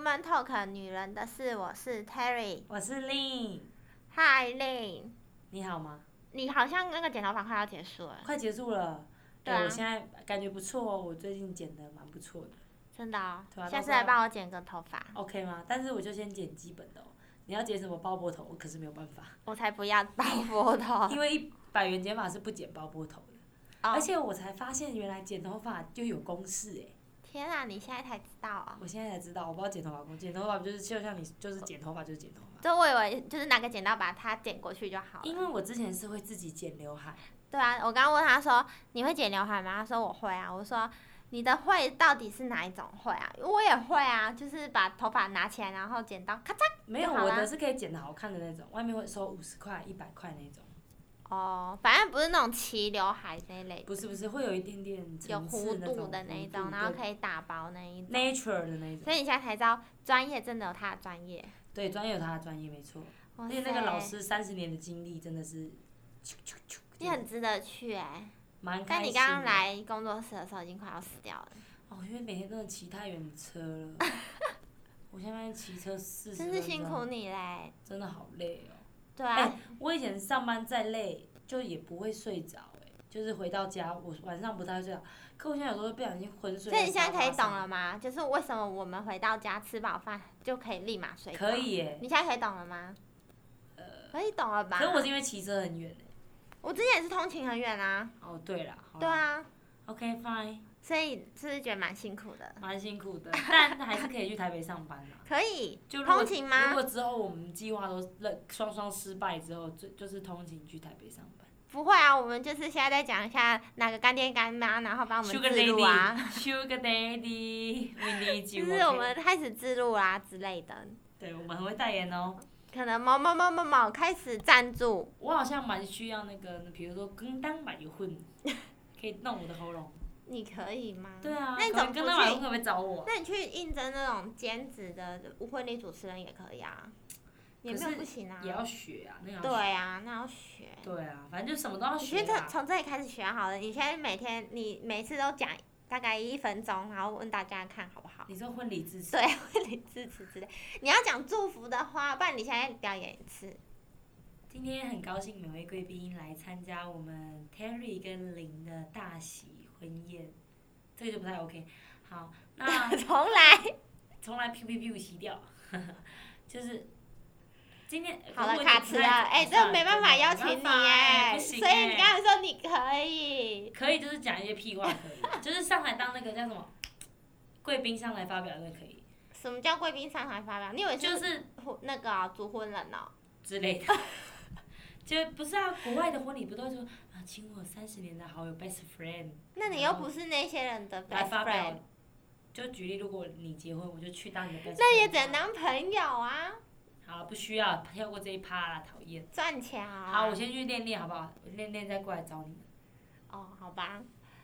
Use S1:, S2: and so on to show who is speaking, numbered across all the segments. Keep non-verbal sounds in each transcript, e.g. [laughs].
S1: 欢 Talk 女人的事，我是 Terry。
S2: 我是 Lin，
S1: Hi Lin，
S2: 你好吗？
S1: 你好像那个剪头发快要结束了，
S2: 快结束了，
S1: 啊
S2: 哎
S1: 对啊
S2: 我现在感觉不错哦，我最近剪的蛮不错的
S1: 真的哦
S2: 对啊啊
S1: 下次
S2: 都快
S1: 来
S2: 要
S1: 帮我剪个头发，
S2: ，OK 吗？但是我就先剪基本的哦。你要剪什么包波头，我可是没有办法，
S1: 我才不要包波
S2: [laughs]
S1: 头。
S2: 因为一百元剪发是不剪包波头的，而
S1: 哦，
S2: 且我才发现原来剪头发就有公式哎，
S1: 天啊，你现在才知道啊、
S2: 我现在才知道，我不知道剪头发公式，剪头发不就是就像你就是剪头发就是剪头发，
S1: 就我以为就是拿个剪刀把它剪过去就好
S2: 因
S1: 了。
S2: 为我之前是会自己剪刘海，
S1: 对啊，我刚问他说你会剪刘海吗？他说我会啊。我说你的会到底是哪一种会啊？我也会啊，就是把头发拿起来，然后剪刀咔嚓。
S2: 没有
S1: 就好啊
S2: 我
S1: 啦
S2: 的是可以剪的好看的那种，外面会收五十块一百块那种。
S1: 哦，反正不是那种齐刘海那一类的。
S2: 不是不是，会有一点点
S1: 有
S2: 层次
S1: 弧
S2: 那嗯
S1: 度的那一种，然后可以打薄那一种。
S2: nature 的那一种，
S1: 所以你现在才知道，专业真的有它的专业。
S2: 对，专业有他的专业没错，
S1: 哇
S2: 而且那个老
S1: 塞，
S2: 师三十年的经历真的是，
S1: 你很值得去哎、
S2: 蛮开
S1: 但
S2: 心
S1: 你
S2: 的
S1: 刚刚，来工作室的时候，已经快要死掉了，
S2: 哦，因为每天真的骑太远的车 [laughs] 了，我现在骑车四十，
S1: 真是辛苦，你嘞。
S2: 真的好累哦。
S1: 对啊，
S2: 哎我以前上班再累，就也不会睡着、哎，就是回到家我晚上不太会睡着，可我现在有时候会不小心昏睡。
S1: 所以你现在可以懂了？吗？就是为什么我们回到家吃饱饭就可以立马睡？
S2: 可。以耶、
S1: 你现在可以懂了吗？
S2: [laughs]
S1: 呃，可以懂了吧？
S2: 可是我是因为骑车很远、哎。
S1: 我之前也是通勤很远啊。
S2: 哦，对啦，好啦
S1: 对啊，
S2: ，OK fine。
S1: 所以是不是觉得蛮辛苦的？
S2: 蛮辛苦的，但还是可以去台北上班啦。
S1: 可以
S2: 就如果
S1: 通勤吗
S2: 如果之后我们计划都认双双失败之后，就就是通勤去台北上班。
S1: 不会啊，我们就是现在再讲一下哪个干爹干妈，然后帮我们
S2: Sugar
S1: 自录啊，
S2: [laughs] Daddy，Sugar [laughs] Daddy，We need
S1: 就
S2: you。
S1: 是我们开始自录啦、之类的，
S2: 对我们很会代言哦。
S1: 可能某某某某某开始赞助，
S2: 我好像蛮需要那个，比如说跟当买油
S1: [laughs]
S2: 混，可以弄我的喉咙。
S1: 你可以吗？
S2: 对啊，
S1: 嗯那你怎么
S2: 跟当买油
S1: 不去？
S2: 混可不可以找我？
S1: 那你去应征那种兼职的婚礼主持人也可以啊，也没有
S2: 可是
S1: 不行啊
S2: 也。要学啊，那个要学。
S1: 对啊，那要学。
S2: 对啊，反正就什么都要
S1: 你觉
S2: 学
S1: 得
S2: 啊。
S1: 从这里开始学好了，你现在每天你每次都讲大概一分钟，然后问大家看好不好？
S2: 你说婚礼 [laughs] 致辞，
S1: 对，婚礼致辞之类，你要讲祝福的话，不然你现在表演一次。 [laughs]
S2: 今天很高兴每位贵宾来参加我们 Terry 跟林的大喜婚宴，这个就不太 OK。好，
S1: [laughs]
S2: 那
S1: 重来。
S2: 从来 pew pew pew 洗掉， [laughs] 就是今天
S1: 好了，卡池了，哎、这没办法邀请你哎、
S2: 哎，不行
S1: 所以你
S2: 哎
S1: 刚才说你可以，
S2: 可以就是讲一些屁话可以， [laughs] 就是上来当那个叫什么贵宾上来发表那可以，
S1: 什么叫贵宾上台发表？你以为
S2: 就是是
S1: 婚那个哦主婚人哦、
S2: 之类的。 [laughs] 就不是啊，国外的婚礼不都会说啊，请我三十年的好友 best friend，
S1: 那你又不是那些人的 best
S2: 来发
S1: friend，
S2: 表。就举例，如果你结婚，我就去当你的 best friend。
S1: 那也只能当朋友啊，
S2: 好，不需要跳过这一趴啦，讨厌。
S1: 赚钱啊。
S2: 好，我先去练练好不好？我练练再过来找你们。
S1: 哦，好吧，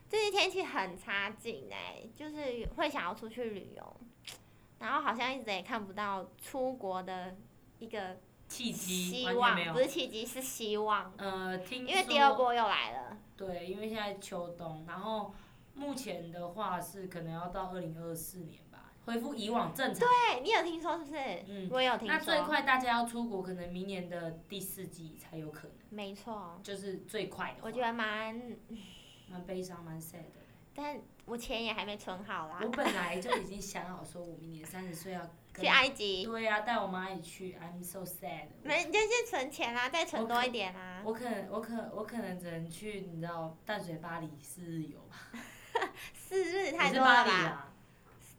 S1: 最近天气很差劲哎、就是会想要出去旅游，然后好像一直也看不到出国的一个
S2: 契机
S1: 希
S2: 完全没
S1: 望，不是
S2: 有。
S1: 契机，是希望，
S2: 呃，听
S1: 因为第二
S2: 说
S1: 波又来了。
S2: 对，因为现在秋冬，然后目前的话是可能要到二零二四年吧，恢复以往正常。
S1: 对，哎你有听说是不是？
S2: 嗯，
S1: 我也有听
S2: 那最
S1: 说，
S2: 快大家要出国，可能明年的第四季才有可能，
S1: 没错，
S2: 就是最快的话。
S1: 我觉得蛮，
S2: 蛮悲伤，蛮 sad 的。
S1: 但我钱也还没存好啦 [laughs]
S2: 我，本来就已经想好说，我明年三十岁要跟
S1: 去埃及，
S2: 对呀、带我妈一起去，I'm so sad。
S1: 没你就先存钱啦，再存
S2: 我
S1: 多
S2: 可
S1: 一点啦，
S2: 我可能，我可，我可能只能去，你知道淡水巴黎四日游吧，
S1: 四日
S2: 也
S1: 太
S2: 是
S1: 多了
S2: 巴黎
S1: 吧？
S2: 啦，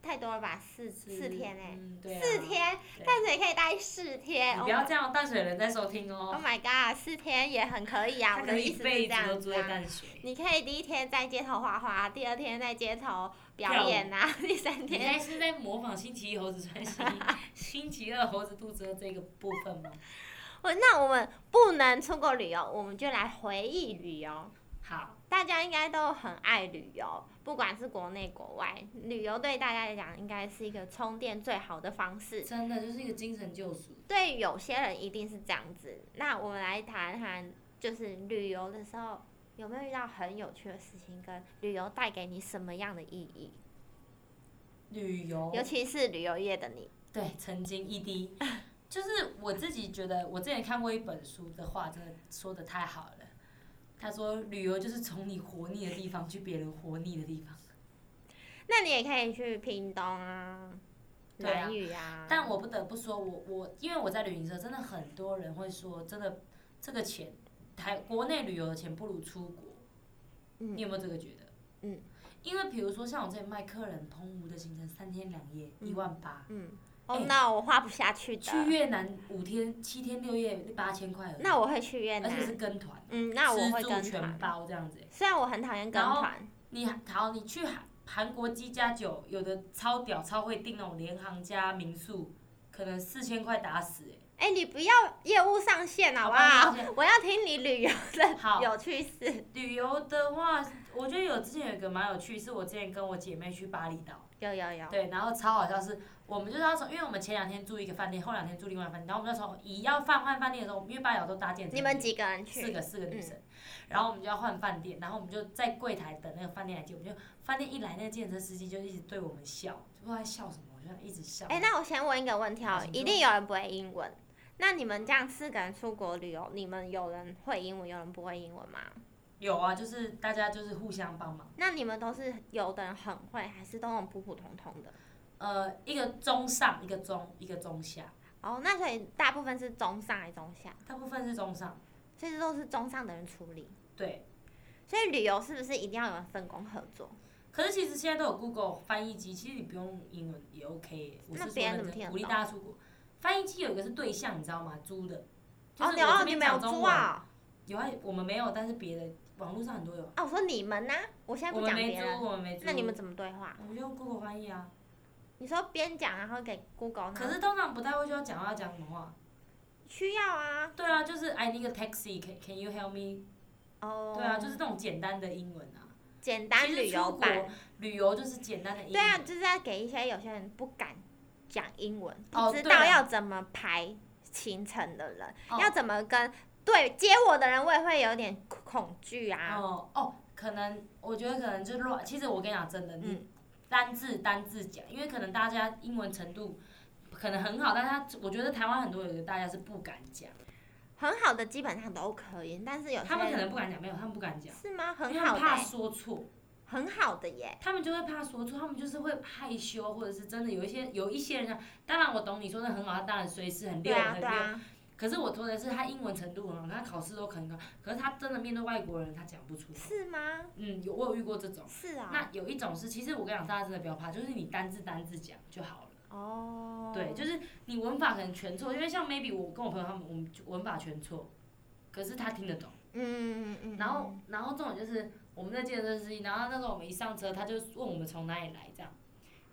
S1: 太多了吧？四四天哎、
S2: 嗯，对啊，
S1: 四，天，
S2: 对
S1: 淡水可以待四天。
S2: 你
S1: Oh
S2: 不要
S1: my-
S2: 这样，淡水人在收听
S1: Oh
S2: 哦，
S1: my god，四天也很可以啊！我
S2: 他可
S1: 的
S2: 能
S1: 意
S2: 一
S1: 思是这
S2: 辈子都
S1: 样
S2: 住
S1: 子
S2: 在
S1: 啊。
S2: 淡水。
S1: 你可以第一天在街头画画，第二天在街头
S2: 跳
S1: 表
S2: 舞
S1: 演啊，第三
S2: 你
S1: 天
S2: 还是在模仿星期一猴子穿新衣，星期二猴子肚子饿这个部分吗？
S1: 我那我们不能出国旅游，我们就来回忆旅游。
S2: 好，
S1: 大家应该都很爱旅游，不管是国内国外，旅游对大家来讲应该是一个充电最好的方式。
S2: 真的就是一个精神救赎。
S1: 对有些人一定是这样子。那我们来谈谈，就是旅游的时候有没有遇到很有趣的事情，跟旅游带给你什么样的意义？
S2: 旅游哦
S1: 尤其是旅游业的你，
S2: 对，曾经 ED，就是我自己觉得，我之前看过一本书的话，真的说的太好了。他说，旅游就是从你活腻的地方去别人活腻的地方。
S1: 那你也可以去屏东啊、
S2: 对啊
S1: 南屿啊。
S2: 但我不得不说，我我因为我在旅行社，真的很多人会说，真的这个钱，台国内旅游的钱不如出国。
S1: 嗯
S2: 你有没有这个觉得？
S1: 嗯，
S2: 因为比如说像我之前卖客人澎湖的行程，三天两夜
S1: 嗯
S2: 一万八，
S1: 嗯，哦，
S2: 哎
S1: 那我花不下去的。
S2: 去越南五天七天六夜八千块而已，
S1: 那我会去越
S2: 而且是
S1: 南。
S2: 跟团，
S1: 嗯，那我会
S2: 吃住
S1: 跟
S2: 全
S1: 团。
S2: 包这样子欸。
S1: 虽然我很讨厌跟
S2: 然后
S1: 团，
S2: 你好，你去韩韩国机加酒，有的超屌超会订那种联航加民宿，可能四千块打死欸
S1: 哎、你不要业务上线好不好？
S2: 好
S1: [laughs]
S2: 吧业务上
S1: 我要听你旅游的
S2: 好
S1: 有趣事，
S2: 旅游的话，我觉得有之前有一个蛮有趣，是我之前跟我姐妹去巴厘岛，
S1: 有有有，
S2: 对，然后超好笑是，我们就是要从，因为我们前两天住一个饭店，后两天住另外一个饭店，然后我们就从一要换换饭店的时候，我们因为巴厘岛都搭建
S1: 你们几个人
S2: 四
S1: 去？
S2: 个四个女
S1: 嗯
S2: 生，然后我们就要换饭店，然后我们就在柜台等那个饭店来接，我们就饭店一来，那个健身司机就一直对我们笑，就不知道在笑什么，我就一直笑。
S1: 哎、那我先问一个问题
S2: 好
S1: 哦，
S2: 请
S1: 一
S2: 说
S1: 定有人不会英文。那你们这样四个人出国旅游，你们有人会英文，有人不会英文吗？
S2: 有啊，就是大家就是互相帮忙。
S1: 那你们都是有的人很会，还是都很普普通通的？
S2: 呃，一个中上，一个中，一个中下，
S1: 哦，那所以大部分是中上还是中下，
S2: 大部分是中上。
S1: 所以都是中上的人处理。
S2: 对，
S1: 所以旅游是不是一定要有人分工合作？
S2: 可是其实现在都有 Google 翻译机，其实你不用英文也 OK 耶。我
S1: 那
S2: 是
S1: 别
S2: 说
S1: 人怎
S2: 认
S1: 么听得
S2: 真鼓励
S1: 懂
S2: 大家出国。翻译机有一个是对象，你知道吗？租的。就
S1: 哦，
S2: 是
S1: 你
S2: 我
S1: 哦你
S2: 这边
S1: 们有
S2: 讲中
S1: 租
S2: 文。
S1: 啊、
S2: 有啊，我们没有，但是别的网络上很多有。
S1: 哦？我说你们呢、我现在
S2: 我
S1: 不
S2: 们
S1: 讲
S2: 没
S1: 别
S2: 租，
S1: 人。
S2: 我们没租。
S1: 那你们怎么对话？
S2: 啊我们用 Google 翻译啊，
S1: 你说边讲然后给 Google，
S2: 可
S1: 然后
S2: 是通常不太会需要讲话讲什么话。
S1: 需要啊，
S2: 对啊，就是 I need a taxi，can can you help me？
S1: 哦，
S2: 对啊，就是这种简单的英文啊。
S1: 简单
S2: 其实
S1: 旅
S2: 出
S1: 游
S2: 国
S1: 版，
S2: 旅游就是简单的英文。
S1: 对啊，就是要给一些有些人不敢讲英文，
S2: 哦
S1: 不知
S2: 对
S1: 道
S2: 啊
S1: 要怎么排行程的人，
S2: 哦
S1: 要怎么跟对接我的人，我也会有点恐惧啊。
S2: 哦哦，可能我觉得可能就乱。其实我跟你讲，真的，你
S1: 嗯
S2: 单字单字讲，因为可能大家英文程度可能很好，但他我觉得台湾很多有的大家是不敢讲，
S1: 很好的基本上都可以，但是有些
S2: 他们可
S1: 人
S2: 能不敢讲，没有，他们不敢讲，
S1: 是吗？
S2: 因
S1: 很
S2: 为他
S1: 好
S2: 们
S1: 的
S2: 怕
S1: 欸、
S2: 说错，
S1: 很好的耶。
S2: 他们就会怕说错，他们就是会害羞，或者是真的有一些有一些人啊，当然我懂你说的很好，他当然随时很
S1: 对
S2: 溜、
S1: 啊，
S2: 很
S1: 对
S2: 溜。
S1: 啊，
S2: 可是我说的是他英文程度很好，他考试都很高，可是他真的面对外国人他讲不出口。
S1: 是吗？
S2: 嗯，有我有遇过这种。
S1: 是啊，
S2: 那有一种是，其实我跟你讲，大家真的不要怕，就是你单字单字讲就好了。
S1: 哦，
S2: 对，就是你文法可能全错，因为像 maybe 我跟我朋友他们，我们就文法全错，可是他听得懂。
S1: 嗯嗯嗯，
S2: 然后，然后这种就是我们在健身司机，然后那时候我们一上车，他就问我们从哪里来这样，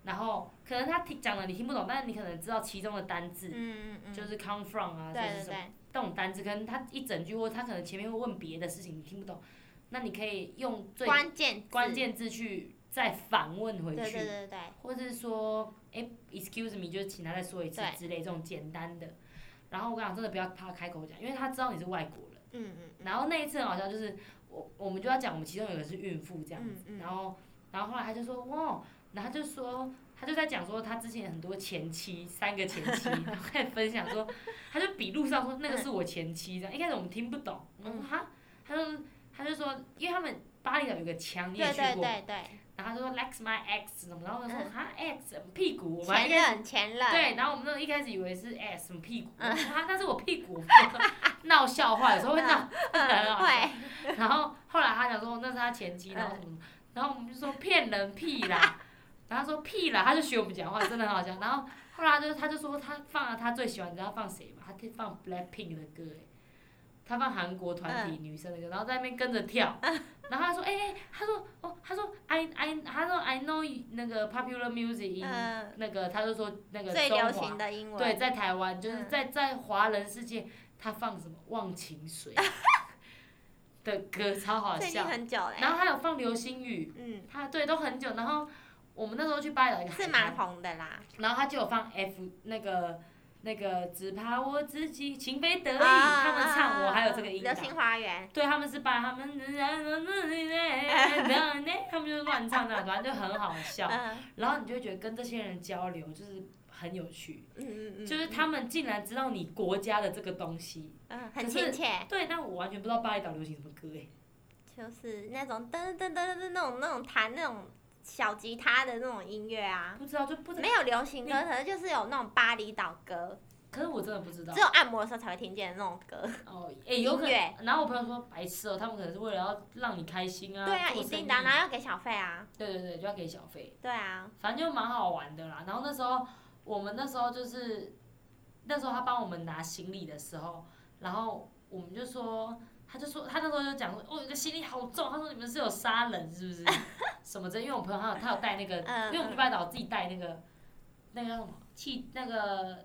S2: 然后可能他听讲了你听不懂，但是你可能知道其中的单字，
S1: 嗯嗯嗯，
S2: 就是 come from 啊，
S1: 对
S2: 这是
S1: 对
S2: 什么
S1: 对，
S2: 这种单字，跟他一整句或他可能前面会问别的事情你听不懂，那你可以用最
S1: 关键字
S2: 关，键字去再反问回
S1: 对
S2: 去。
S1: 对对对，
S2: 或是说，哎、e x c u s e me，就是请他再说一次
S1: 对
S2: 之类这种简单的。然后我跟你讲，真的不要怕开口讲，因为他知道你是外国人。
S1: 嗯嗯嗯，
S2: 然后那一次很好笑，就是我我们就要讲，我们其中有个是孕妇这样子，
S1: 嗯嗯
S2: 然后然后后来他就说哇，然后他就说他就在讲说他之前很多前妻，三个前
S1: [laughs]
S2: 妻，然后开始分享说，他就比路上说那个是我前妻
S1: 嗯
S2: 这样，一开始我们听不懂，我说哈，他就他就说，因为他们巴厘岛有个腔，你也
S1: 对
S2: 去
S1: 对
S2: 过嘛
S1: 对对，
S2: 然后他就说 likes my ex 什么，然后我就说
S1: 嗯
S2: 哈 x 屁股，我们还
S1: 前
S2: 一开始
S1: 任前任，
S2: 对，然后我们那种一开始以为是 s 什么屁股，
S1: 嗯
S2: 我说哈那是我屁股， [laughs] 闹笑话，有时候会闹，
S1: 嗯
S2: [laughs] 很好笑
S1: 会， [laughs]
S2: 然后后来他讲说那是他前妻，然后什么什么，然后我们就说骗人屁啦，然后他说屁啦，他就学我们讲话，真的很好笑。然后后来他就他就说他放了他最喜欢，你知道他放谁吗？他放 Blackpink 的歌、欸，他放韩国团
S1: 嗯
S2: 体女生的歌，然后在那边跟着跳。然后他说，哎、哎、他说哦，他说 I I，他说 I know you- 那个 popular music，、in
S1: 嗯，
S2: 那个他就说那个
S1: 最
S2: 中
S1: 流
S2: 华
S1: 行的英文，
S2: 对，在台湾就是
S1: 嗯
S2: 在在华人世界，他放什么《忘情水》
S1: [laughs]
S2: 的歌，超好
S1: 最近
S2: 笑。
S1: 很久嘞，
S2: 然后他有放《流星雨
S1: 嗯》，，
S2: 他对都很久。然后我们那时候去巴厘岛一个
S1: 是
S2: 海
S1: 蛮
S2: 滩，
S1: 红的啦，
S2: 然后他就有放 F 那个那个只怕我自己情非得已，
S1: 啊
S2: 他们唱我还有这个音
S1: 流
S2: 档。
S1: 星花园，
S2: 对，他们是把他们，
S1: [laughs]
S2: 他们就是乱唱那，反正就很好笑。
S1: 嗯
S2: 然后你就会觉得跟这些人交流就是很有趣，
S1: 嗯嗯嗯，
S2: 就是他们竟然知道你国家的这个东西。
S1: 嗯很
S2: 可是
S1: 亲切，
S2: 对，但我完全不知道巴厘岛流行什么歌哎。
S1: 就是那种噔噔噔噔噔那种那种弹那种小吉他的那种音乐啊，
S2: 不知道就不知道，
S1: 没有流行歌，可是就是有那种巴厘岛歌，
S2: 可是我真的不知道
S1: 只。有按摩的时候才会听见的那种歌。
S2: 哦，哎、有可
S1: 音乐
S2: 能。然后我朋友说白痴哦、他们可能是为了要让你开心啊。
S1: 对啊，一
S2: 做生
S1: 定
S2: 意
S1: 的啊，然后要给小费啊。
S2: 对对对，就要给小费，
S1: 对啊，
S2: 反正就蛮好玩的啦。然后那时候我们那时候就是那时候他帮我们拿行李的时候，然后我们就说。他就说，他那时候就讲说，哦，你的行李好重。他说你们是有杀人是
S1: [laughs]
S2: 不是？什么的？因为我朋友他有他有带那个，
S1: 嗯
S2: 因为我们去拜岛自己带那个那个叫什么气那个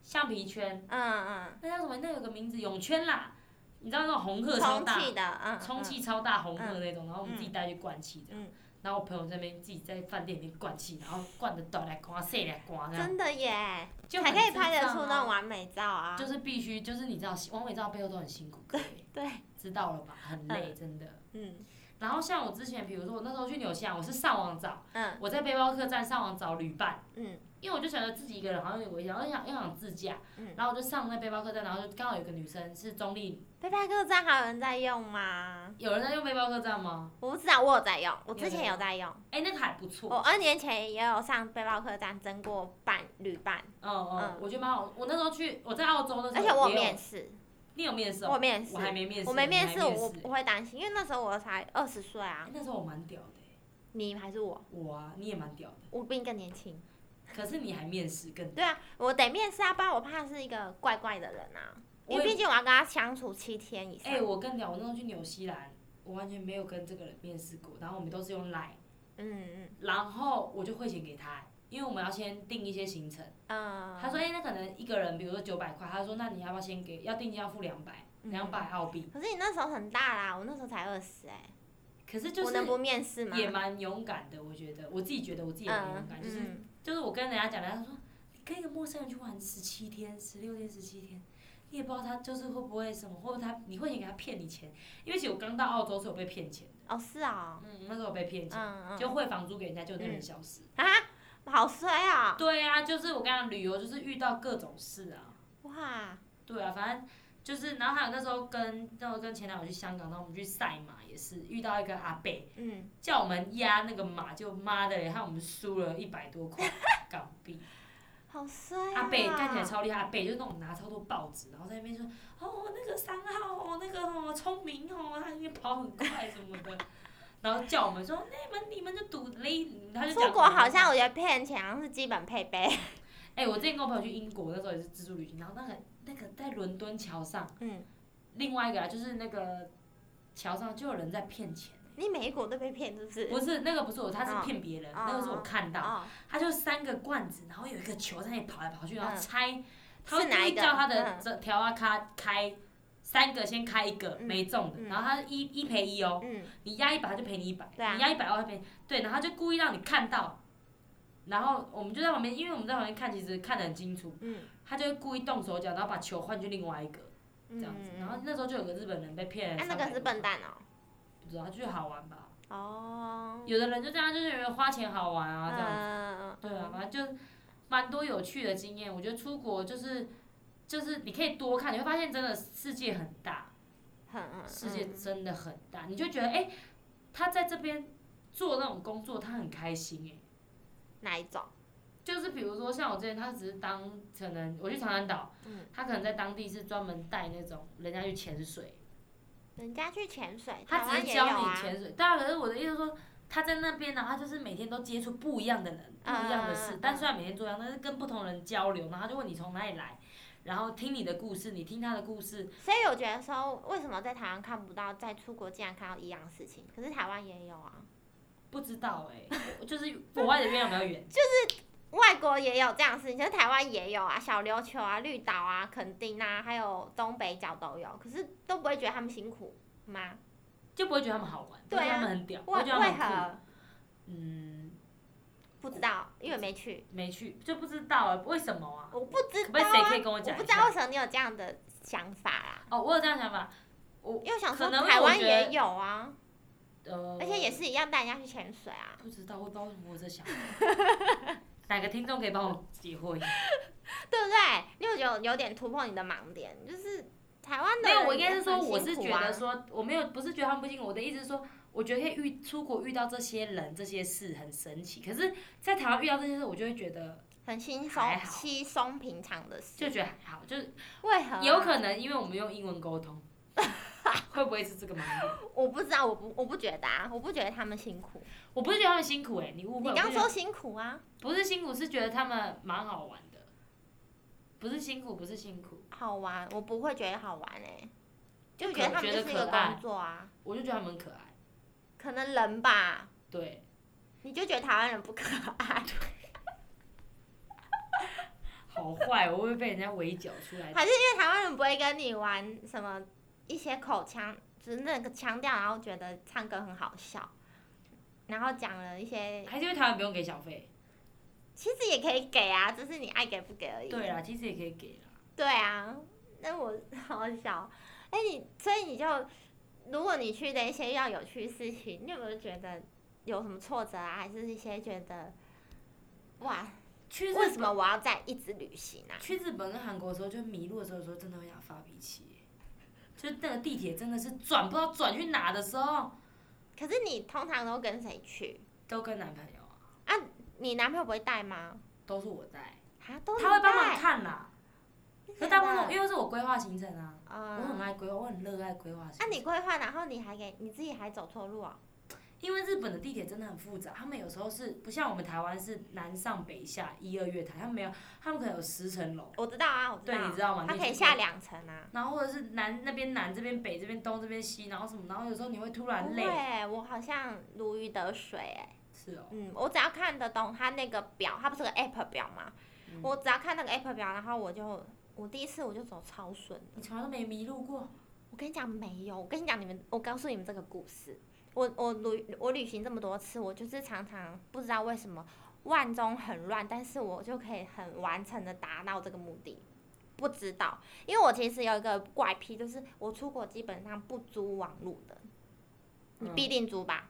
S2: 橡皮圈，
S1: 嗯嗯，
S2: 那叫什么？那有个名字，泳圈啦。你知道那种红鹤超
S1: 充
S2: 大，
S1: 气的，嗯，
S2: 充
S1: 嗯，
S2: 气超大红鹤那种，然后我
S1: 嗯
S2: 们自己带去灌气的
S1: 嗯。
S2: 然后我朋友这边自己在饭店里面灌气，然后灌的短来灌，细来灌这样，
S1: 真的耶，
S2: 就
S1: 还
S2: 很
S1: 可以拍得
S2: 智障
S1: 出
S2: 啊
S1: 那种完美照啊。
S2: 就是必须，就是你知道，完美照背后都很辛苦，各位
S1: 对，
S2: 知道了吧？很累，真的。
S1: 嗯
S2: 然后像我之前，比如说我那时候去纽西兰，我是上网找，
S1: 嗯
S2: 我在背包客栈上网找旅伴。
S1: 嗯
S2: 因为我就想着自己一个人好像有点危险，我想又想自驾，
S1: 嗯，
S2: 然后我就上那背包客栈，然后就刚好有个女生是中立，
S1: 背包客栈还有人在用吗？
S2: 有人在用背包客栈吗？
S1: 我不知道，我有在用，我
S2: 有
S1: 之前
S2: 的
S1: 有在用，
S2: 哎、那个还不
S1: 我
S2: 错，
S1: 二年前也有上背包客栈争过伴旅伴，
S2: 嗯嗯
S1: 嗯，
S2: 我觉得蛮好。我那时候去，我在澳洲那时
S1: 而
S2: 候，
S1: 且我有
S2: 也有
S1: 面，试，
S2: 你有面试
S1: 我
S2: 哦、
S1: 有面试
S2: 我，还没面试，
S1: 我没
S2: 你还
S1: 面
S2: 面
S1: 试，我不会担心，因为那时候我才二十岁啊
S2: 哎。那时候我蛮屌的欸、
S1: 你还是我，
S2: 我啊，你也蛮屌的，
S1: 我比你更年轻。
S2: 可是你还面试更，
S1: 对啊，我得面试啊，不然我怕是一个怪怪的人啊。因
S2: 我
S1: 为
S2: 也
S1: 毕竟我要跟他相处七天以上。
S2: 哎、我更屌，我那时候去纽西兰，我完全没有跟这个人面试过，然后我们都是用 Line，
S1: 嗯
S2: 然后我就汇钱给他欸、因为我们要先定一些行程，
S1: 嗯嗯。
S2: 他说，哎、那可能一个人，比如说九百块，他说，那你要不要先给，要定金要付两百，
S1: 嗯
S2: 两百澳币，
S1: 可是你那时候很大啦，我那时候才二十哎，
S2: 可是就
S1: 我
S2: 是
S1: 能不面试吗？
S2: 也蛮勇敢的，我觉得，我自己觉得我自己也蛮勇敢，就是
S1: 嗯
S2: 就是我跟人家讲的，他说你跟一个陌生人去玩十七天、十六天、十七天，你也不知道他就是会不会什么，或者他你会想给他骗你钱，因为其实我刚到澳洲是有被骗钱的，
S1: 哦是哦，
S2: 嗯，那时候有被骗钱，
S1: 嗯
S2: 就汇房租给人家，就那人消失。
S1: 嗯啊，好衰啊、
S2: 对啊，就是我跟你讲，旅游就是遇到各种事啊，
S1: 哇，
S2: 对啊，反正。就是，然后还有那时候跟那时候跟前男友去香港，然后我们去赛马也是遇到一个阿伯，
S1: 嗯，
S2: 叫我们压那个马，就妈的，害我们输了一百多块港
S1: [laughs]
S2: 币。
S1: 好衰、啊。
S2: 阿贝看起来超厉害，阿贝就那种拿超多报纸，然后在那边说哦那个三号哦那个哦聪明哦，他那边跑很快什么的， [laughs] 然后叫我们说那你们你们就赌嘞，他就讲
S1: 出国好像我觉得骗钱好像是基本配备， [laughs]
S2: 哎、我之前跟我朋友去英国，那时候也是自助旅行，然后那个那个在伦敦桥上，
S1: 嗯，
S2: 另外一个啊就是那个桥上就有人在骗钱，
S1: 你每一国都被骗是不是？
S2: 不是那个不是我，他
S1: 哦
S2: 是骗别人，
S1: 哦
S2: 那个是我看到，
S1: 哦，
S2: 他就三个罐子，然后有一个球在那里跑来跑去，然后
S1: 嗯
S2: 猜，他
S1: 是
S2: 会
S1: 哪
S2: 故
S1: 一
S2: 意
S1: 个
S2: 叫他的
S1: 嗯
S2: 这条啊卡开三个，先开一个
S1: 嗯
S2: 没中的，
S1: 嗯
S2: 然后他一一赔一哦，
S1: 嗯，
S2: 你压一百他就赔你一百，
S1: 对啊
S2: 你压一百哦他赔你对，然后他就故意让你看到，然后我们就在旁边，因为我们在旁边看，其实看得很清楚，
S1: 嗯
S2: 他就会故意动手脚，然后把球换去另外一个这
S1: 嗯，
S2: 样子，然后那时候就有个日本人被骗
S1: 哎、
S2: 了，
S1: 那个是笨，蛋哦、
S2: 不知道他啊就是好玩吧，
S1: 哦，
S2: 有的人就这样，就是觉得花钱好玩啊这样子。
S1: 嗯，
S2: 对啊，反正就蛮多有趣的经验。我觉得出国就是就是你可以多看，你会发现真的世界很大，
S1: 很嗯，
S2: 啊世界真的很大，你就觉得哎、他在这边做那种工作，他很开心哎、
S1: 哪一种？
S2: 就是比如说像我之前，他只是当可能我去长滩岛，
S1: 嗯
S2: 他可能在当地是专门带那种人家去潜水，
S1: 人家去潜水，
S2: 他
S1: 台
S2: 只
S1: 湾
S2: 是
S1: 也有
S2: 教
S1: 啊
S2: 你。潜水。当然、可是我的意思是说。他在那边呢，他就是每天都接触不一样的人，不一样的事。
S1: 嗯嗯嗯
S2: 但虽然每天做一样，但是跟不同人交流，然后他就问你从哪里来，然后听你的故事，你听他的故事。
S1: 所以我觉得说，为什么在台湾看不到，在出国竟然看到一样事情？可是台湾也有啊，
S2: 不知道哎、 [laughs] 我就是国外的月亮比较圆。
S1: 外国也有这样的事情，可是台湾也有啊，小琉球啊、绿岛啊、垦丁啊，还有东北角都有，可是都不会觉得他们辛苦吗？
S2: 就不会觉得他们好玩，不
S1: 对啊
S2: 会觉得他们很屌，不
S1: 为
S2: 会
S1: 为
S2: 觉得他们很酷。
S1: 何？
S2: 嗯，
S1: 不知道，因为没去，
S2: 没去就不知道哎、为什么啊？
S1: 我不知
S2: 可不可
S1: 道
S2: 以谁
S1: 啊，
S2: 可以跟我
S1: 我
S2: 讲
S1: 不
S2: 一
S1: 知道
S2: 下
S1: 为？什么你有这样的想法啦，
S2: 哦，我有这样想法，我
S1: 因为我想
S2: 可
S1: 说
S2: 能
S1: 台
S2: 我
S1: 湾
S2: 觉
S1: 也
S2: 得
S1: 有啊，
S2: 呃，
S1: 而且也是一样带人家去潜水啊。
S2: 不知道，我也不知道为什么我有这想法。 [laughs] 哪个听众可以帮我解惑一下？哦
S1: 对不对？因为我觉得有点突破你的盲点，就是台湾的
S2: 没有，
S1: 人
S2: 我应该
S1: 也
S2: 是说，
S1: 很
S2: 我
S1: 辛
S2: 是
S1: 苦
S2: 觉
S1: 啊
S2: 得说，我没有不是觉得他们不辛苦，我的意思是说，我觉得可以遇出国遇到这些人这些事很神奇，可是，在台湾遇到这些事，我就会觉得
S1: 很轻
S2: 还
S1: 松、
S2: 好
S1: 稀松平常的
S2: 就
S1: 事，
S2: 觉得还好，就是
S1: 为何啊
S2: 有可能因为我们用英文沟
S1: [laughs]
S2: 通，会不会是这个盲点？
S1: 我不知道，我不我不觉得啊，我不觉得他们辛苦。
S2: 我不是觉得他们辛苦哎、你误会。
S1: 你
S2: 我
S1: 刚
S2: 不是觉
S1: 说辛苦啊，
S2: 得不是辛苦，是觉得他们蛮好玩的，不是辛苦，不是辛苦，
S1: 好玩，我不会觉得好玩哎、就
S2: 可
S1: 觉得他们
S2: 觉
S1: 就
S2: 得
S1: 是一
S2: 可
S1: 个
S2: 爱
S1: 工作啊，
S2: 我就觉得他们很可爱，
S1: 可能人吧，
S2: 对。
S1: 你就觉得台湾人不可爱， [laughs]
S2: 好坏，我会不会被人家围剿出 [laughs] 来。
S1: 还是因为台湾人不会跟你玩什么一些口腔，就是那个腔调，然后觉得唱歌很好笑，然后讲了一些
S2: 还是因为台湾不用给小费？
S1: 其实也可以给啊，只是你爱给不给而已。啊
S2: 对啦，其实也可以给啦。
S1: 对啊，那我 [laughs] 好小，哎、你所以你就，如果你去的一些比较有趣的事情，你有没有觉得有什么挫折啊，还是一些觉得，哇，
S2: 去日
S1: 为什
S2: 本，
S1: 么我要再一直旅行啊？
S2: 去日本跟韩国的时候，就迷路的时候，有时候真的会想发脾气耶。就是那个地铁真的是转不知道转去哪的时候，
S1: 可是你通常都跟谁去？
S2: 都跟男朋友啊，
S1: 你男朋友不会带吗？
S2: 都是我带，
S1: 啊，都你
S2: 他会帮忙
S1: 带
S2: 看啦。
S1: 真的
S2: 可
S1: 啊
S2: 大部分因为是我规划行程啊，我很
S1: 嗯，
S2: 爱规划，我很热爱规划行
S1: 那、
S2: 程。
S1: 你规划，然后你还给你自己还走错路啊？
S2: 因为日本的地铁真的很复杂，他们有时候是不像我们台湾是南上北下一二月台，他们没有，他们可能有十层楼，
S1: 我知道啊，我知道，
S2: 对，你知道吗？
S1: 他
S2: 你
S1: 可以
S2: 去
S1: 下两层啊。
S2: 然后或者是南那边南这边北这边东这边西，然后什么，然后有时候你会突然
S1: 不
S2: 累，
S1: 会，我好像如鱼得水哎、
S2: 是哦，
S1: 嗯，我只要看得懂它那个表，它不是个 app 表吗？
S2: 嗯
S1: 我只要看那个 app 表，然后我就我第一次我就走超顺的。
S2: 你从来都没迷路过，
S1: 我跟你讲没有，我跟你讲你们，我告诉你们这个故事。我我旅我旅行这么多次，我就是常常不知道为什么万中很乱，但是我就可以很完成的达到这个目的。不知道，因为我其实有一个怪癖，就是我出国基本上不租网路的，你
S2: 嗯
S1: 必定租吧？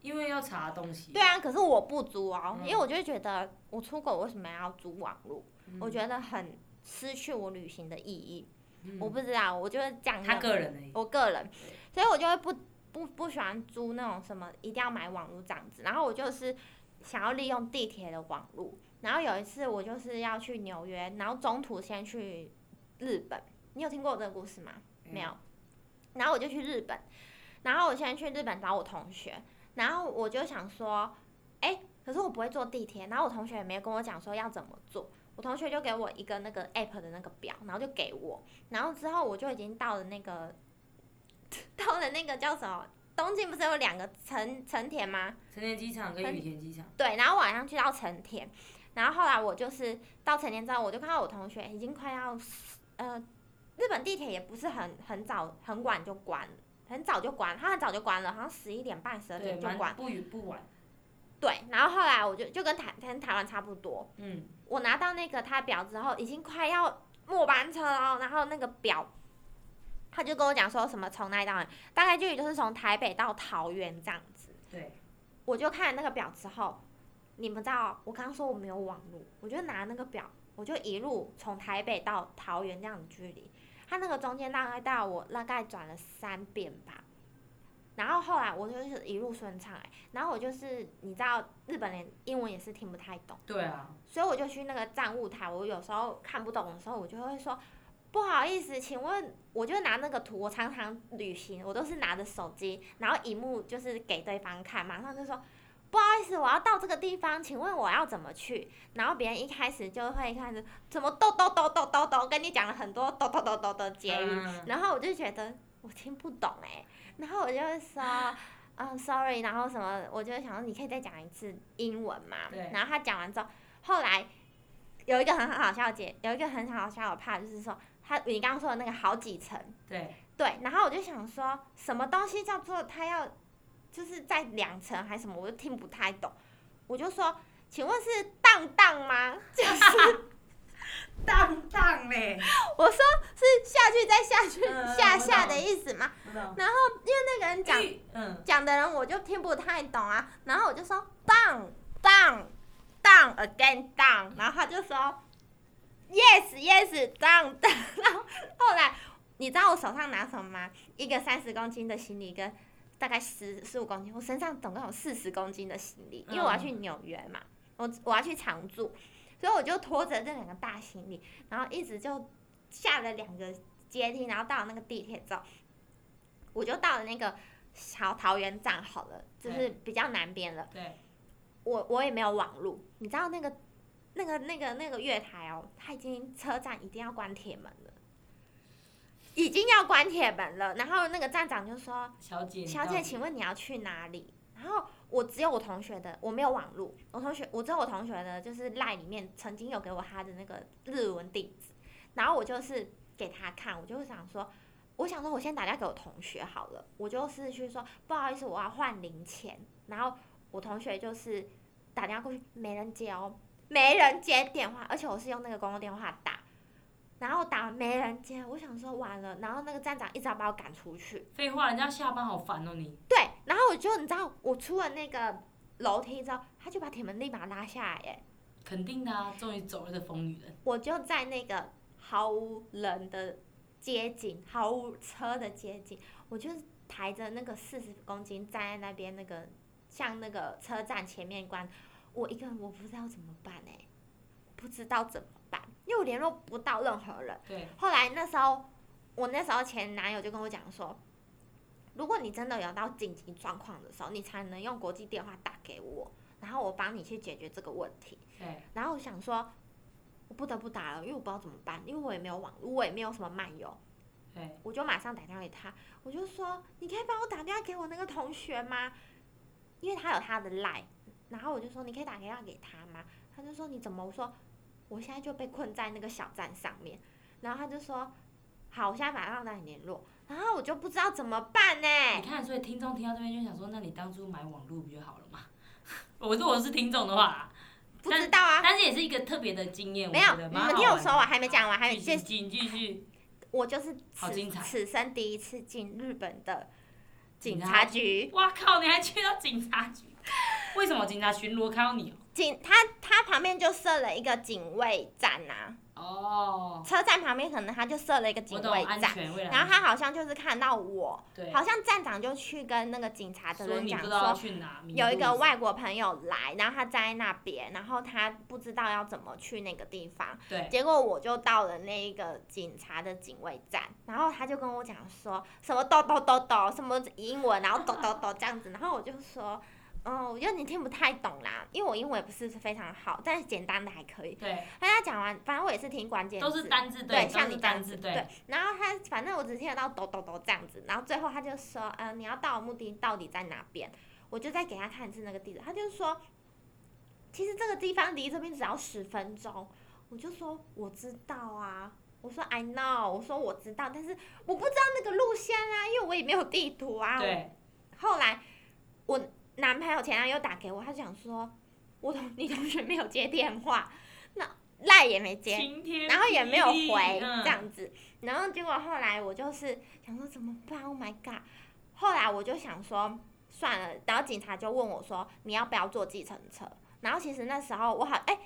S2: 因为要查东西。
S1: 对啊，可是我不租哦，
S2: 嗯
S1: 因为我就会觉得我出国为什么要租网路？
S2: 嗯
S1: 我觉得很失去我旅行的意义。
S2: 嗯
S1: 我不知道，我就会这样
S2: 他
S1: 认
S2: 个
S1: 为
S2: 人而已，
S1: 我个人，所以我就会不不不喜欢租那种什么一定要买网络这样子，然后我就是想要利用地铁的网络。然后有一次我就是要去纽约，然后中途先去日本，你有听过我这个故事吗？
S2: 嗯
S1: 没有。然后我就去日本，然后我先去日本找我同学，然后我就想说，哎，可是我不会坐地铁，然后我同学也没有跟我讲说要怎么做，我同学就给我一个那个 app 的那个表，然后就给我，然后之后我就已经到了那个， [laughs] 到了那个叫什么？东京不是有两个成成田吗？
S2: 成田机场跟
S1: 很
S2: 羽田机场，
S1: 对，然后晚上去到成田，然后后来我就是到成田之后，我就看到我同学已经快要，呃，日本地铁也不是很很早很晚就关，很早就关，他很早就关了，好像十一点半十二
S2: 对，
S1: 点就
S2: 蛮
S1: 关。
S2: 不远不晚，
S1: 对，然后后来我就就跟台跟台湾差不多，
S2: 嗯，
S1: 我拿到那个他表之后，已经快要末班车了哦，然后那个表。他就跟我讲说什么从哪里到哪里，大概距离就是从台北到桃园这样子。
S2: 对，
S1: 我就看了那个表之后，你们知道我刚刚说我没有网路，我就拿那个表，我就一路从台北到桃园这样的距离，它那个中间大概到我大概转了三遍吧。然后后来我就是一路顺畅哎、然后我就是你知道日本人英文也是听不太懂，
S2: 对啊，
S1: 所以我就去那个站务台，我有时候看不懂的时候，我就会说不好意思，请问，我就拿那个图，我常常旅行，我都是拿着手机，然后荧幕就是给对方看，马上就说不好意思，我要到这个地方，请问我要怎么去？然后别人一开始就会看着怎么抖抖抖抖抖抖，跟你讲了很多抖抖抖抖的结语，
S2: 嗯
S1: 然后我就觉得我听不懂哎、然后我就会说，嗯，sorry，然后什么，我就想说你可以再讲一次英文嘛
S2: 对。
S1: 然后他讲完之后，后来有一个很好笑的姐，有一个很好笑的 part，就是说他你刚刚说的那个好几层，
S2: 对，
S1: 对。然后我就想说，什么东西叫做他要就是在两层还是什么，我就听不太懂。我就说，请问是荡荡吗？
S3: 荡荡嘞，
S1: 我说是下去再下去、
S3: 嗯
S1: 下
S3: 我懂
S1: 下的意思吗？
S3: 不知道
S1: 那个人讲
S3: 玉嗯，
S1: 讲的人我就听不太懂啊，然后我就说 down down down again down，然后他就说 yes yes down down，然 [laughs] 后后来你知道我手上拿什么吗？一个三十公斤的行李跟大概十十五公斤，我身上总共有四十公斤的行李，因为我要去纽约嘛，我我要去常住，所以我就拖着这两个大行李，然后一直就下了两个阶梯，然后到了那个地铁之后，我就到了那个小桃园站好了，就是比较南边了。
S2: 对，
S1: 我我也没有网路，你知道那个那个那个那个月台哦，它已经车站一定要关铁门了，已经要关铁门了。然后那个站长就说：“
S2: 小姐，
S1: 小姐，请问你要去哪里？然后我只有我同学的，我没有网路。我同学，我只有我同学的，就是赖里面曾经有给我他的那个日文地址，然后我就是给他看，我就想说，我想说我先打电话给我同学好了，我就是去说不好意思，我要换零钱，然后我同学就是打电话过去，没人接哦，没人接电话，而且我是用那个公共电话打。然后打没人接，我想说完了，然后那个站长一直要把我赶出去，
S2: 废话，人家下班好烦哦你。
S1: 对，然后我就你知道，我出了那个楼梯之后，他就把铁门立马拉下来，耶，
S2: 肯定的啊，终于走了这疯女人。
S1: 我就在那个毫无人的街景、毫无车的街景，我就抬着那个四十公斤站在那边，那个像那个车站前面关，我一个人我不知道怎么办哎，不知道怎么办，因为我联络不到任何人。
S2: 对，
S1: 后来那时候，我那时候前男友就跟我讲说，如果你真的有到紧急状况的时候，你才能用国际电话打给我，然后我帮你去解决这个问题。
S2: 对，
S1: 然后我想说，我不得不打了，因为我不知道怎么办，因为我也没有网络，我也没有什么漫游，
S2: 对，
S1: 我就马上打电话给他，我就说，你可以帮我打电话给我那个同学吗？因为他有他的 line，然后我就说，你可以打电话给他吗？他就说你怎么？我说我现在就被困在那个小站上面，然后他就说，好，我现在马上跟你联络，然后我就不知道怎么办呢、
S2: 你看，所以听众听到这边就想说，那你当初买网络不就好了嘛？ [laughs] 我如果是听众的话啦，
S1: 不知道啊，
S2: 但是也是一个特别的经验，我
S1: 没有，
S2: 觉得
S1: 你
S2: 蛮好
S1: 们听我
S2: 玩的
S1: 说，我啊还没讲完，还没
S2: 继
S1: 接
S2: 续，请继续。
S1: 我就是
S2: 好
S1: 此
S2: 精彩
S1: 此生第一次进日本的警
S2: 警
S1: 察
S2: 察
S1: 局。
S2: 哇靠！你还去到警察局？为什么警察巡逻看到你？
S1: 警他他旁边就设了一个警卫站啊呐、
S2: 哦，
S1: 车站旁边可能他就设了一个警
S2: 我懂
S1: 卫
S2: 安
S1: 站，
S2: 全，未
S1: 然
S2: 来
S1: 后他好像就是看到我，
S2: 对，
S1: 好像站长就去跟那个警察的
S2: 说
S1: 人
S2: 你
S1: 讲
S2: 不知道要
S1: 说。
S2: 去哪，迷
S1: 有一
S2: 路
S1: 个外国朋友来，然后他站在那边，然后他不知道要怎么去那个地方，
S2: 对
S1: 结果我就到了那一个警察的警卫站，然后他就跟我讲说什么抖抖抖抖，什么英文，然后抖抖抖这样子，然后我就说，嗯，我觉得你听不太懂啦，因为我英文也不是非常好，但是简单的还可以。
S2: 对，
S1: 他他讲完，反正我也是听关键字，
S2: 都是单字
S1: 对，
S2: 对，
S1: 像
S2: 都
S1: 你
S2: 是
S1: 这样
S2: 单
S1: 子
S2: 字对，
S1: 然后他反正我只听得到抖抖抖这样子，然后最后他就说，嗯、你要到的目的地到底在哪边？我就再给他看一次那个地址，他就说，其实这个地方离这边只要十分钟。我就说我知道啊，我说 I know，我说我知道，但是我不知道那个路线啊，因为我也没有地图啊。
S2: 对，
S1: 后来我男朋友前男友打给我，他想说，我同你同学没有接电话，那赖也没接，
S2: 晴天，
S1: 然后也没有回
S2: 嗯
S1: 这，样子，然后结果后来我就是想说怎么办？Oh my god！后来我就想说算了，然后警察就问我说你要不要坐计程车？然后其实那时候我好哎、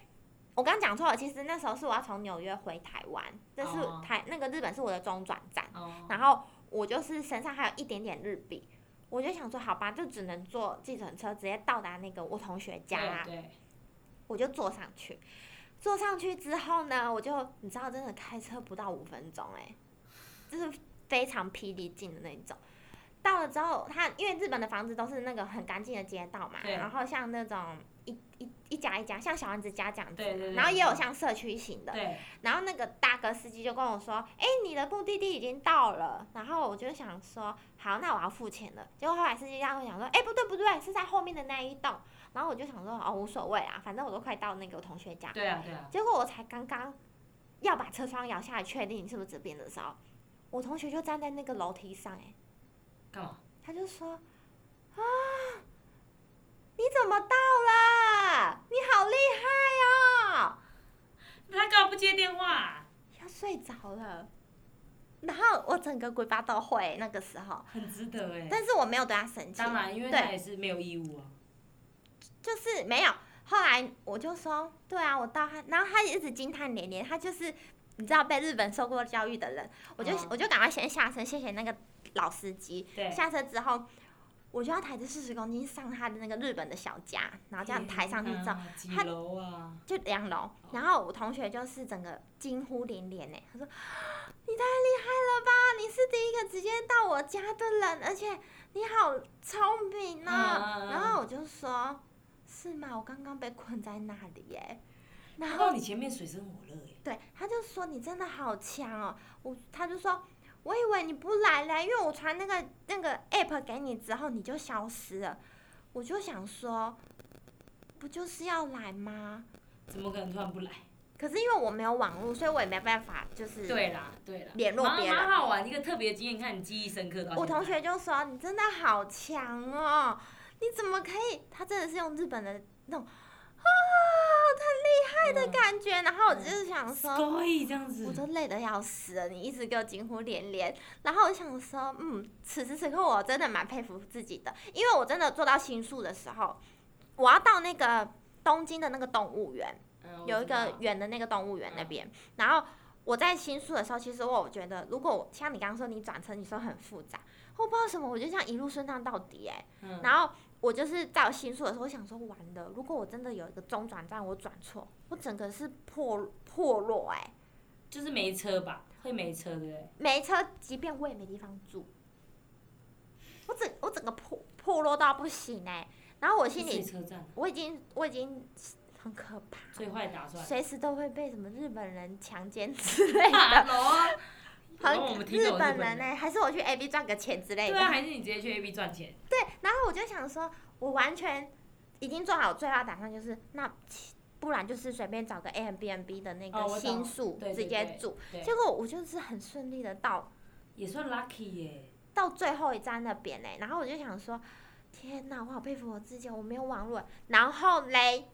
S1: 我刚讲错了，其实那时候是我要从纽约回台湾，这是
S2: 哦
S1: 台、那个日本是我的中转站，
S2: 哦，
S1: 然后我就是身上还有一点点日币。我就想说，好吧，就只能坐计程车直接到达那个我同学家啊啦。
S2: 对对，
S1: 我就坐上去。坐上去之后呢，我就你知道，真的开车不到五分钟、欸，就是非常霹雳劲的那一种。到了之后，它因为日本的房子都是那个很干净的街道嘛，
S2: 对
S1: 然后像那种一一一家一家，像小丸子家这样子
S2: 对对
S1: 嘛，
S2: 对
S1: 然后也有像社区型的。
S2: 对，
S1: 然后那个大哥司机就跟我说：“哎、你的目的地已经到了。”然后我就想说：“好，那我要付钱了。”结果后来司机大哥讲说：“哎、不对不对，是在后面的那一栋。”然后我就想说：“哦，无所谓啊，反正我都快到那个我同学家。
S2: 对啊，对啊，”
S1: 结果我才刚刚要把车窗摇下来确定是不是这边的时候，我同学就站在那个楼梯上、哎，
S2: 干嘛？
S1: 他就说：“啊，你怎么到了？你好厉啊睡着了，然后我整个鬼八都会那个时候，
S2: 很值得哎、
S1: 但是我没有对他生气，
S2: 当然，因为
S1: 对
S2: 他也是没有义务啊。
S1: 就是没有。后来我就说，对啊，我到他，然后他一直惊叹连连，他就是你知道被日本受过教育的人，我就、
S2: 嗯
S1: 我就赶快先下车，谢谢那个老司机。
S2: 对，
S1: 下车之后，我就要抬着四十公斤上他的那个日本的小架，然后这样抬上去之后，
S2: 啊几
S1: 他
S2: 楼啊？
S1: 就两楼。然后我同学就是整个惊呼连连呢，他说：“你太厉害了吧！你是第一个直接到我家的人，而且你好聪明呢、
S2: 嗯嗯嗯
S1: 然后我就说：“是吗？我刚刚被困在那里耶。”然
S2: 然
S1: 后
S2: 后你前面水深火热哎、
S1: 对，他就说你真的好强哦，我他就说。我以为你不来了，因为我传那个那个 app 给你之后，你就消失了。我就想说，不就是要来吗？
S2: 怎么可能突然不来？
S1: 可是因为我没有网络，所以我也没办法，就是
S2: 对啦，对啦，
S1: 嗯联络
S2: 蛮
S1: 别人
S2: 蛮好玩，一个特别经验，看你记忆深刻到现在。
S1: 我同学就说：“你真的好强哦，你怎么可以？”他真的是用日本的那种
S2: 害
S1: 的感觉，然后我就是想说，
S2: 所嗯以这样子
S1: 我，都累得要死了，你一直给我惊呼连连。然后我想说，嗯，此时此刻我真的蛮佩服自己的，因为我真的做到新宿的时候，我要到那个东京的那个动物园。
S2: 嗯我
S1: 有一
S2: 知道
S1: 个远的那个动物园那
S2: 嗯
S1: 边，然后我在新宿的时候，其实我觉得，如果像你刚刚说你转车，你说很复杂，我不知道为什么，我就这样一路顺畅到底哎、
S2: 嗯
S1: 然后我就是到新宿的时候，我想说完了，如果我真的有一个中转站我转错，我整个是破破落哎、
S2: 就是没车吧，会没车对不对？
S1: 没车，即便我也没地方住，我整我整个破破落到不行哎、然后我心
S2: 是
S1: 里
S2: 车站
S1: 我已经我已经很可怕了。
S2: 最坏打算。
S1: 随时都会被什么日本人强奸之类的，
S2: 啊，然后我
S1: 很
S2: 们听懂
S1: 本人
S2: 呢、
S1: 呢、还是我去 A B 赚个钱之类
S2: 对
S1: 的。
S2: 啊，还是你直接去 A B 赚钱，
S1: 对然后我就想说，我完全已经做好最坏打算，就是那其不然就是随便找个 a b n b 的那
S2: 哦
S1: 个
S2: 我懂
S1: 新宿、
S2: 对对
S1: 直接住。
S2: 对
S1: 结果我就是很顺利的到
S2: 也算 lucky 耶、
S1: 到最后一站那边呢、然后我就想说，天哪，我好佩服我自己，我没有网络。然后嘞，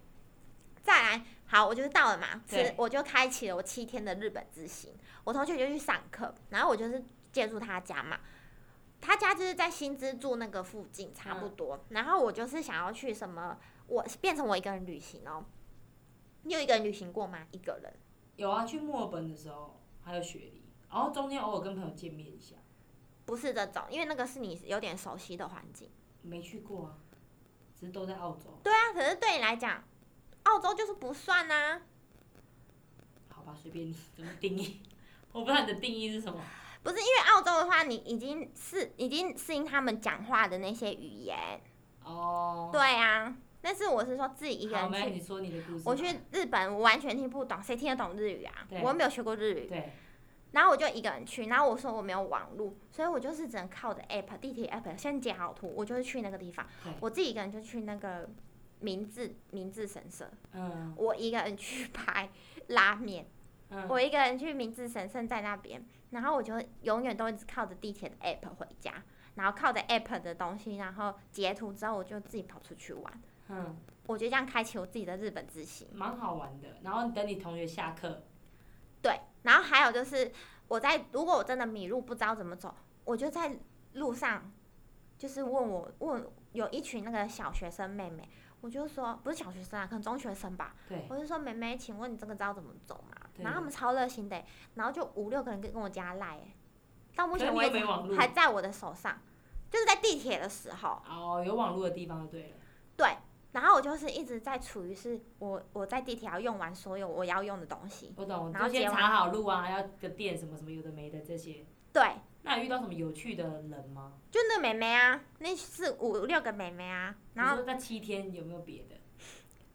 S1: 再来，好，我就是到了嘛，
S2: 对
S1: 是我就开启了我七天的日本之行。我同学就去上课，然后我就是借住他家嘛，他家就是在新之住那个附近差不多。然后我就是想要去什么，我变成我一个人旅行哦。你有一个人旅行过吗？一个人？
S2: 有啊，去墨尔本的时候还有雪梨，然后中间偶尔跟朋友见面一下，
S1: 不是这种，因为那个是你有点熟悉的环境。
S2: 没去过啊，只是都在澳洲。
S1: 对啊，可是对你来讲，澳洲就是不算啊。
S2: 好吧，随便你怎么定义， [laughs] 我不知道你的定义是什么。
S1: 不是因为澳洲的话，你已经是已经适应他们讲话的那些语言，
S2: 哦，
S1: 对啊。但是我是说自己一个
S2: 好，
S1: 人
S2: 没有
S1: 去，
S2: 你说你的故事吧。
S1: 我去日本我完全听不懂，谁听得懂日语啊
S2: 对？
S1: 我又没有学过日语，
S2: 对，
S1: 然后我就一个人去，然后我说我没有网络，所以我就是只能靠着 app 地铁 app 先截好图，我就是去那个地方
S2: 对，
S1: 我自己一个人就去那个明治明治神社，
S2: 嗯
S1: 我一个人去 [laughs] 拍拉面。
S2: 嗯，
S1: 我一个人去明治神社在那边，然后我就永远都一直靠着地铁的 app 回家，然后靠着 app 的东西，然后截图之后我就自己跑出去玩，
S2: 嗯，
S1: 我就这样开启我自己的日本之行。
S2: 蛮好玩的。然后你等你同学下课，
S1: 对，然后还有就是我在如果我真的迷路不知道怎么走，我就在路上就是问我问有一群那个小学生妹妹，我就说不是小学生啊，可能中学生吧，
S2: 对，
S1: 我就说妹妹，请问你这个知道怎么走吗？
S2: 对
S1: 然后他们超热心的欸、然后就五六个人跟跟我加赖、欸，到目前
S2: 可是
S1: 为
S2: 你
S1: 止
S2: 又没网络
S1: 还在我的手上，就是在地铁的时候，
S2: 哦，有网络的地方就对了。
S1: 对。然后我就是一直在处于是我我在地铁要用完所有我要用的东西，
S2: 我懂，
S1: 然后
S2: 就先
S1: 结完
S2: 查好路啊，要个店什么什么有的没的这些。
S1: 对，
S2: 那有遇到什么有趣的人吗？
S1: 就那妹妹啊，那是五六个妹妹啊，然后
S2: 你说那七天有没有别的？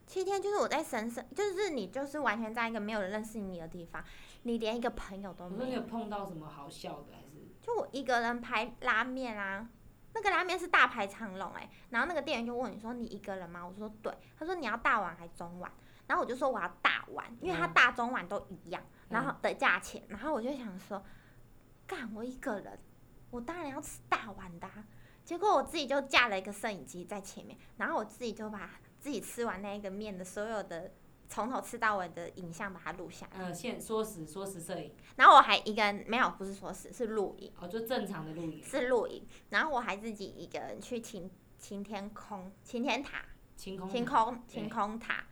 S1: 七天就是我在神社，就是你就是完全在一个没有人认识你的地方，你连一个朋友都
S2: 我说
S1: 哦没
S2: 你
S1: 有，
S2: 有碰到什么好笑的还是？
S1: 就我一个人排拉面啊，那个拉面是大排长龙哎、然后那个店员就问你说你一个人吗？我说对，他说你要大碗还中碗？然后我就说我要大碗，因为它
S2: 嗯
S1: 大中碗都一样，然
S2: 嗯
S1: 后的价钱，然后我就想说，干我一个人，我当然要吃大碗的、啊。结果我自己就架了一个摄影机在前面，然后我自己就把自己吃完那一个面的所有的从头吃到尾的影像把它录下来，
S2: 呃，现缩时缩时摄影，
S1: 然后我还一个人没有，不是说是是录影，
S2: 哦，就正常的录影，
S1: 是录影，然后我还自己一个人去晴晴天空晴天塔
S2: 晴空塔
S1: 晴，空
S2: 哦对
S1: 晴空塔，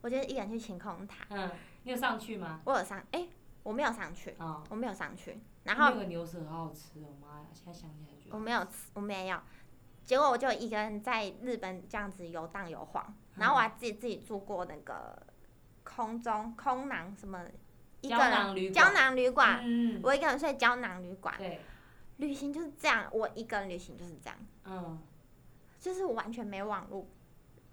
S1: 我就是一个人去晴空塔，
S2: 嗯，你有上去吗？
S1: 我有上哎、我没有上去，
S2: 哦，
S1: 我没有上去，然后哦
S2: 那个牛舌好好吃哦，妈呀，现在想起来觉
S1: 我
S2: 得，
S1: 没有吃，我没有。结果我就一个人在日本这样子游荡游晃，然后
S2: 嗯
S1: 我还自己自己住过那个空中空囊什么一个
S2: 胶
S1: 人
S2: 囊旅
S1: 胶囊旅馆，
S2: 嗯，
S1: 我一个人睡胶囊旅馆。
S2: 对，
S1: 旅行就是这样，我一个人旅行就是这样，
S2: 嗯，
S1: 就是我完全没网络，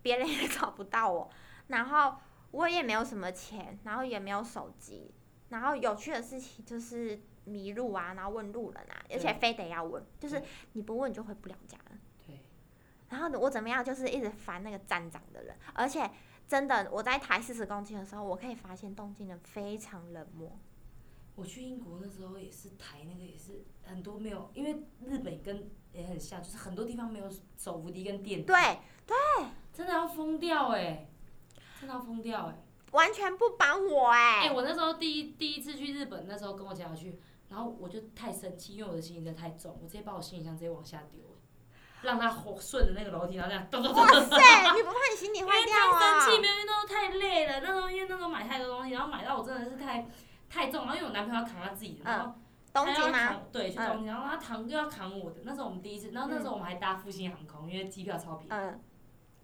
S1: 别人也 [laughs] 找不到我，然后我也没有什么钱，然后也没有手机，然后有趣的事情就是迷路啊，然后问路人啊，而且非得要问，就是
S2: 对
S1: 你不问你就回不了家了。
S2: 对，
S1: 然后我怎么样，就是一直烦那个站长的人，而且真的我在抬四十公斤的时候，我可以发现东京人非常冷漠，
S2: 我去英国那时候也是台那个也是很多没有，因为日本跟也很像，就是很多地方没有手扶梯跟电梯，
S1: 对，
S2: 真的要疯掉哎、真的要疯掉哎、
S1: 完全不帮我
S2: [laughs]
S1: 哎、
S2: 哎、我那时候第一第一次去日本，那时候跟我家人去，然后我就太生气，因为我的行李真的太重，我直接把我行李箱直接往下丢、欸让它滑顺着那个楼梯，然后这样咚咚咚
S1: 哇
S2: 咚。
S1: 塞，你不怕你行李
S2: 因
S1: 哦坏
S2: 为
S1: 掉
S2: 太
S1: 啊
S2: 生？气，没有运动太累了。那时候因为那时候买太多东西，然后买到我真的是太太重，然后因为我男朋友要扛他自
S1: 嗯
S2: 己的，然后
S1: 东
S2: 他要
S1: 京吗？
S2: 扛？对，
S1: 嗯
S2: 去东京，然后他扛又要扛我的。那时候我们第一次，然后那时候我们还搭复兴航空，因为机票超便宜，
S1: 嗯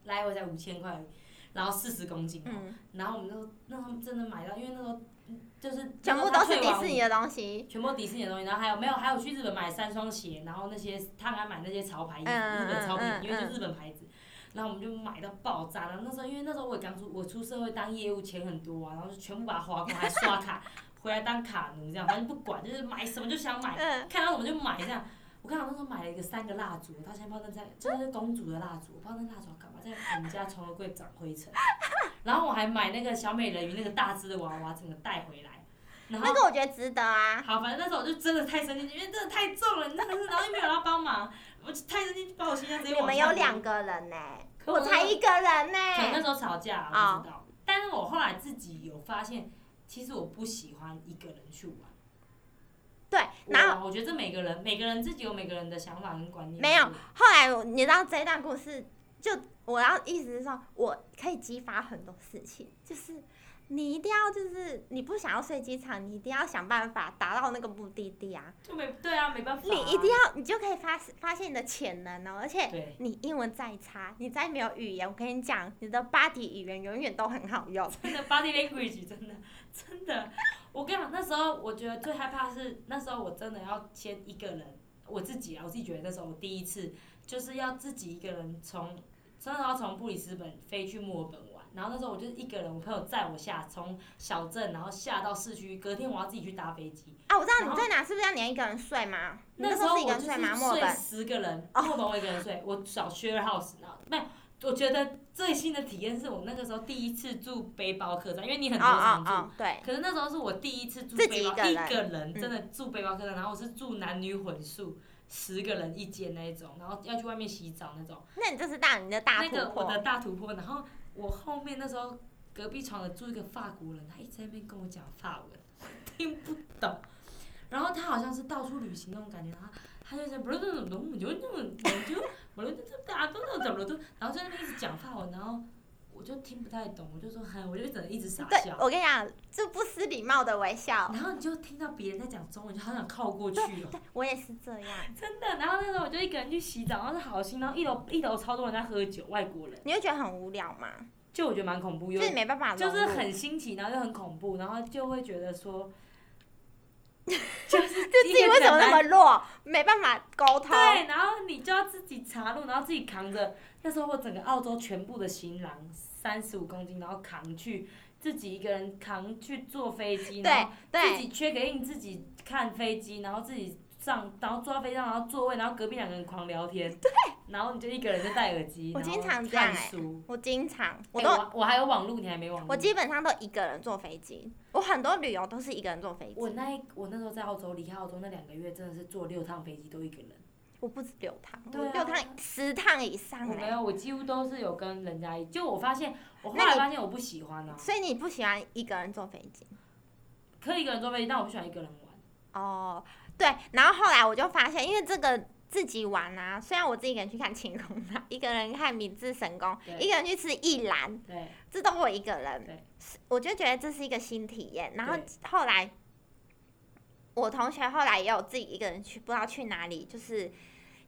S2: 来回才五千块而已，然后四十公斤哦。
S1: 嗯，
S2: 然后我们就那时候真的买到，因为那时候嗯就是
S1: 全部都是迪士
S2: 尼，
S1: 尼的东西。
S2: 全部都迪士尼的东西，然后还有没有还有去日本买三双鞋，然后那些他还买那些潮牌衣服，
S1: 嗯
S2: 日本潮
S1: 嗯
S2: 品，
S1: 嗯
S2: 因为是日本牌子。然后我们就买到爆炸，然后那时候因为那时候我也刚出，我出社会当业务钱很多啊，然后就全部把它花光，还刷卡， [laughs] 回来当卡奴这样，反正不管就是买什么就想买，
S1: 嗯，
S2: 看到什么就买这样。我看我那时候买了一个三个蜡烛，我到现在不知道那在就是公主的蜡烛，我不知道那蜡烛要干嘛，在我们家床头柜长灰尘。然后我还买那个小美人鱼那个大只的娃娃，整个带回来。然后
S1: 那个我觉得值得啊。
S2: 好，反正那时候我就真的太生气，因为真的太重了，那个是然后又没有人要帮忙，我就太生气，把我心箱直接
S1: 你
S2: 往
S1: 们
S2: 下
S1: 哎有
S2: 丢
S1: 两个人呢、
S2: 可
S1: 我
S2: 那
S1: 才一哦个人呢、欸
S2: 可能那时候吵架，我不知道。但是我后来自己有发现，其实我不喜欢一个人去玩。
S1: 对，然后
S2: 后我觉得这每个人，每个人自己有每个人的想法跟观念。
S1: 没有后来我你知道这一段故事，就我要意思是说，我可以激发很多事情，就是你一定要就是你不想要睡机场，你一定要想办法达到那个目的地啊。
S2: 就没对啊，没办法、啊。
S1: 你一定要，你就可以发发现你的潜能哦，而且
S2: 对，
S1: 你英文再差，你再没有语言，我跟你讲，你的 body 语言永远都很好用。
S2: 真的 body language 真的真的，我跟你讲，那时候我觉得最害怕是那时候我真的要先一个人，我自己啊，我自己觉得那时候我第一次就是要自己一个人从，真的要从布里斯本飞去墨尔本玩，然后那时候我就是一个人，我朋友载我下从小镇，然后下到市区，隔天我要自己去搭飞机。
S1: 啊，我知道
S2: 然
S1: 你
S2: 后
S1: 在哪，是不是要你要一个人睡吗？你
S2: 那时
S1: 时候
S2: 候
S1: 是一个
S2: 我
S1: 人
S2: 就是
S1: 睡吗？墨尔
S2: 睡
S1: 本
S2: 十个人，
S1: 哦
S2: 墨尔本我一个人睡，我找 share house，然后没有。我觉得最新的体验是我那个时候第一次住背包客栈，因为你
S1: 哦
S2: 很多常
S1: 哦
S2: 住，
S1: 哦，对，
S2: 可是那时候是我第一次住
S1: 自
S2: 背
S1: 己
S2: 包，
S1: 一个人嗯
S2: 真的住背包客栈，然后我是住男女混宿，十个人一间那一种，然后要去外面洗澡那种。
S1: 那你这是大你的大
S2: 那
S1: 突
S2: 个我
S1: 破
S2: 的大突破，然后我后面那时候隔壁床的住一个法国人，他一直在那边跟我讲法文，我听不懂。然后他好像是到处旅行那种感觉，然后他就在不是那种东就那种就不是这大都怎么都，然后就在那边一直讲法文，然后我就听不太懂，我就说嗨，我就只能一直傻
S1: 对
S2: 笑，。
S1: 我跟你讲，这不失礼貌的微笑，
S2: 然后你就听到别人在讲中文，就好想靠过去哦，
S1: 对我也是这样，
S2: 真的。然后那时候我就一个人去洗澡，然后是好心，然后一楼一楼超多人在喝酒，外国人，
S1: 你会觉得很无聊吗？
S2: 就我觉得蛮恐怖，有
S1: 就是你没办法融
S2: 就
S1: 入，
S2: 是很新奇，然后又很恐怖，然后就会觉得
S1: [laughs]
S2: 说，就
S1: 就 [laughs]
S2: 是
S1: 自己为什么那么弱，没办法沟通，
S2: 对，然后你就要自己查路，然后自己扛着。那时候我整个澳洲全部的行囊三十五公斤，然后扛去自己一个人扛去坐飞机，然后
S1: 对
S2: 自
S1: 对
S2: 己缺个印，自己看飞机，然后自己上，然后抓飞机，然后座位，然后隔壁两个人狂聊天。对。然后你就一个人就戴耳机，
S1: 我
S2: 然后
S1: 经常这样
S2: 看
S1: 欸
S2: 书。
S1: 我经常我
S2: 哎
S1: 都
S2: 我我还嗯有网路，你还没网路。
S1: 我基本上都一个人坐飞机，我很多旅游都是一个人坐飞机。
S2: 我那一我那时候在澳洲，离开澳洲那两个月，真的是坐六趟飞机都一个人。
S1: 我不止六趟，
S2: 对
S1: 我
S2: 啊
S1: 六趟十趟以上
S2: 我
S1: 嘞、
S2: 啊没有，我几乎都是有跟人家一，就我发现，我后
S1: 那
S2: 来
S1: 你
S2: 发现我不喜欢啊，
S1: 所以你不喜欢一个人坐飞机
S2: 可以一个人坐飞机，但我不喜欢一个人玩。
S1: 哦？对，然后后来我就发现，因为这个自己玩啊，虽然我自己一个人去看晴空塔，一个人看明治神宫，
S2: 对
S1: 一个人去吃一兰，
S2: 对，
S1: 这都我一个人
S2: 对，
S1: 是我就觉得这是一个新体验。然后
S2: 对
S1: 后来，我同学后来也有自己一个人去，不知道去哪里，就是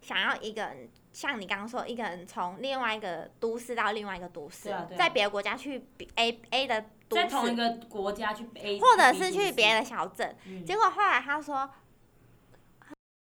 S1: 想要一个人，像你刚刚说，一个人从另外一个都市到另外一个都市，
S2: 对啊对啊
S1: 在别的国家去 A A 的都
S2: 在同一
S1: 市，
S2: 个国家去 A，
S1: 或者是去别
S2: 人，
S1: 的小镇。
S2: 嗯
S1: 结果后来他说，